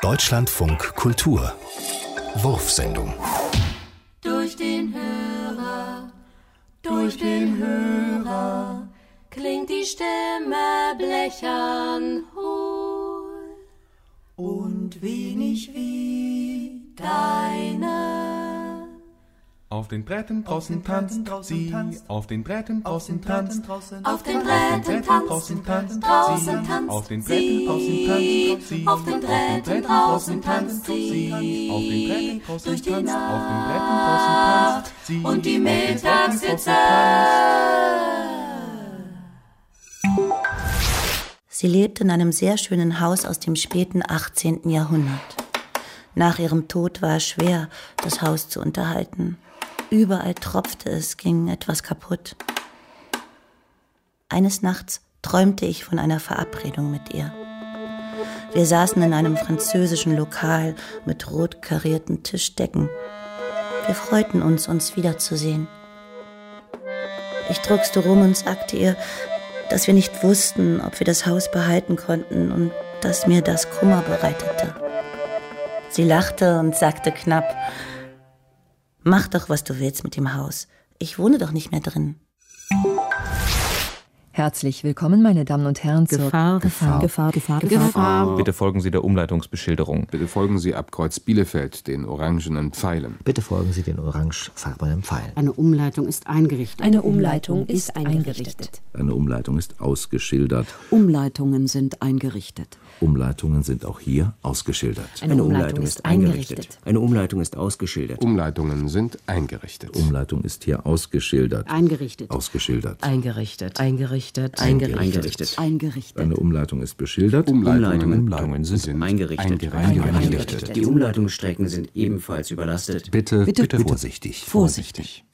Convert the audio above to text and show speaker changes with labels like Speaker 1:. Speaker 1: Deutschlandfunk Kultur. Wurfsendung.
Speaker 2: Durch den Hörer, durch den Hörer klingt die Stimme blechern hohl und wenig wie deine.
Speaker 3: Auf den Bretten draußen
Speaker 4: den Bretten
Speaker 3: tanzt
Speaker 4: draußen
Speaker 3: sie,
Speaker 4: tanzt.
Speaker 3: auf den Bretten draußen tanzt.
Speaker 4: draußen
Speaker 2: Auf den
Speaker 3: Auf
Speaker 2: Brettern
Speaker 3: den Bretten
Speaker 2: tanzt,
Speaker 3: draußen tanzt
Speaker 2: draußen
Speaker 3: sie,
Speaker 2: tanzt
Speaker 3: auf den
Speaker 2: sie.
Speaker 3: Bretten draußen tanzt sie,
Speaker 2: auf den Brettern draußen tanzt sie,
Speaker 3: auf den Bretten draußen
Speaker 2: durch
Speaker 3: tanzt,
Speaker 2: die
Speaker 3: auf den Bretten draußen
Speaker 2: Nacht
Speaker 3: tanzt sie,
Speaker 2: und die
Speaker 3: auf den Brettern
Speaker 2: Mittagssitze.
Speaker 3: draußen tanzt.
Speaker 5: Sie lebte in einem sehr schönen Haus aus dem späten 18. Jahrhundert. Nach ihrem Tod war es schwer, das Haus zu unterhalten. Überall tropfte es, ging etwas kaputt. Eines Nachts träumte ich von einer Verabredung mit ihr. Wir saßen in einem französischen Lokal mit rot karierten Tischdecken. Wir freuten uns, uns wiederzusehen. Ich druckste rum und sagte ihr, dass wir nicht wussten, ob wir das Haus behalten konnten und dass mir das Kummer bereitete. Sie lachte und sagte knapp, mach doch, was du willst mit dem Haus. Ich wohne doch nicht mehr drin.
Speaker 6: Herzlich willkommen, meine Damen und Herren, zur
Speaker 7: Gefahr, Gefahr, Gefahr, Gefahr, Gefahr.
Speaker 8: Bitte folgen Sie der Umleitungsbeschilderung.
Speaker 9: Bitte folgen Sie ab Kreuz Bielefeld den orangenen Pfeilen.
Speaker 10: Bitte folgen Sie den orangefarbenen Pfeilen.
Speaker 7: Eine Umleitung ist eingerichtet.
Speaker 6: Eine Umleitung ist eingerichtet.
Speaker 8: Eine Umleitung ist ausgeschildert.
Speaker 7: Umleitungen sind eingerichtet.
Speaker 8: Umleitungen sind auch hier ausgeschildert.
Speaker 6: Eine Umleitung ist eingerichtet.
Speaker 10: Eine Umleitung ist ausgeschildert.
Speaker 9: Umleitungen sind eingerichtet.
Speaker 8: Umleitung ist hier ausgeschildert.
Speaker 7: Eingerichtet.
Speaker 8: Ausgeschildert.
Speaker 6: Eingerichtet. Eingerichtet.
Speaker 10: Eingerichtet.
Speaker 7: Eingerichtet.
Speaker 8: Eine Umleitung ist beschildert.
Speaker 9: Umleitungen,
Speaker 8: Umleitungen sind
Speaker 10: Eingerichtet.
Speaker 8: eingerichtet.
Speaker 10: Die Umleitungsstrecken sind ebenfalls überlastet.
Speaker 8: Bitte, bitte, vorsichtig.
Speaker 7: Vorsichtig.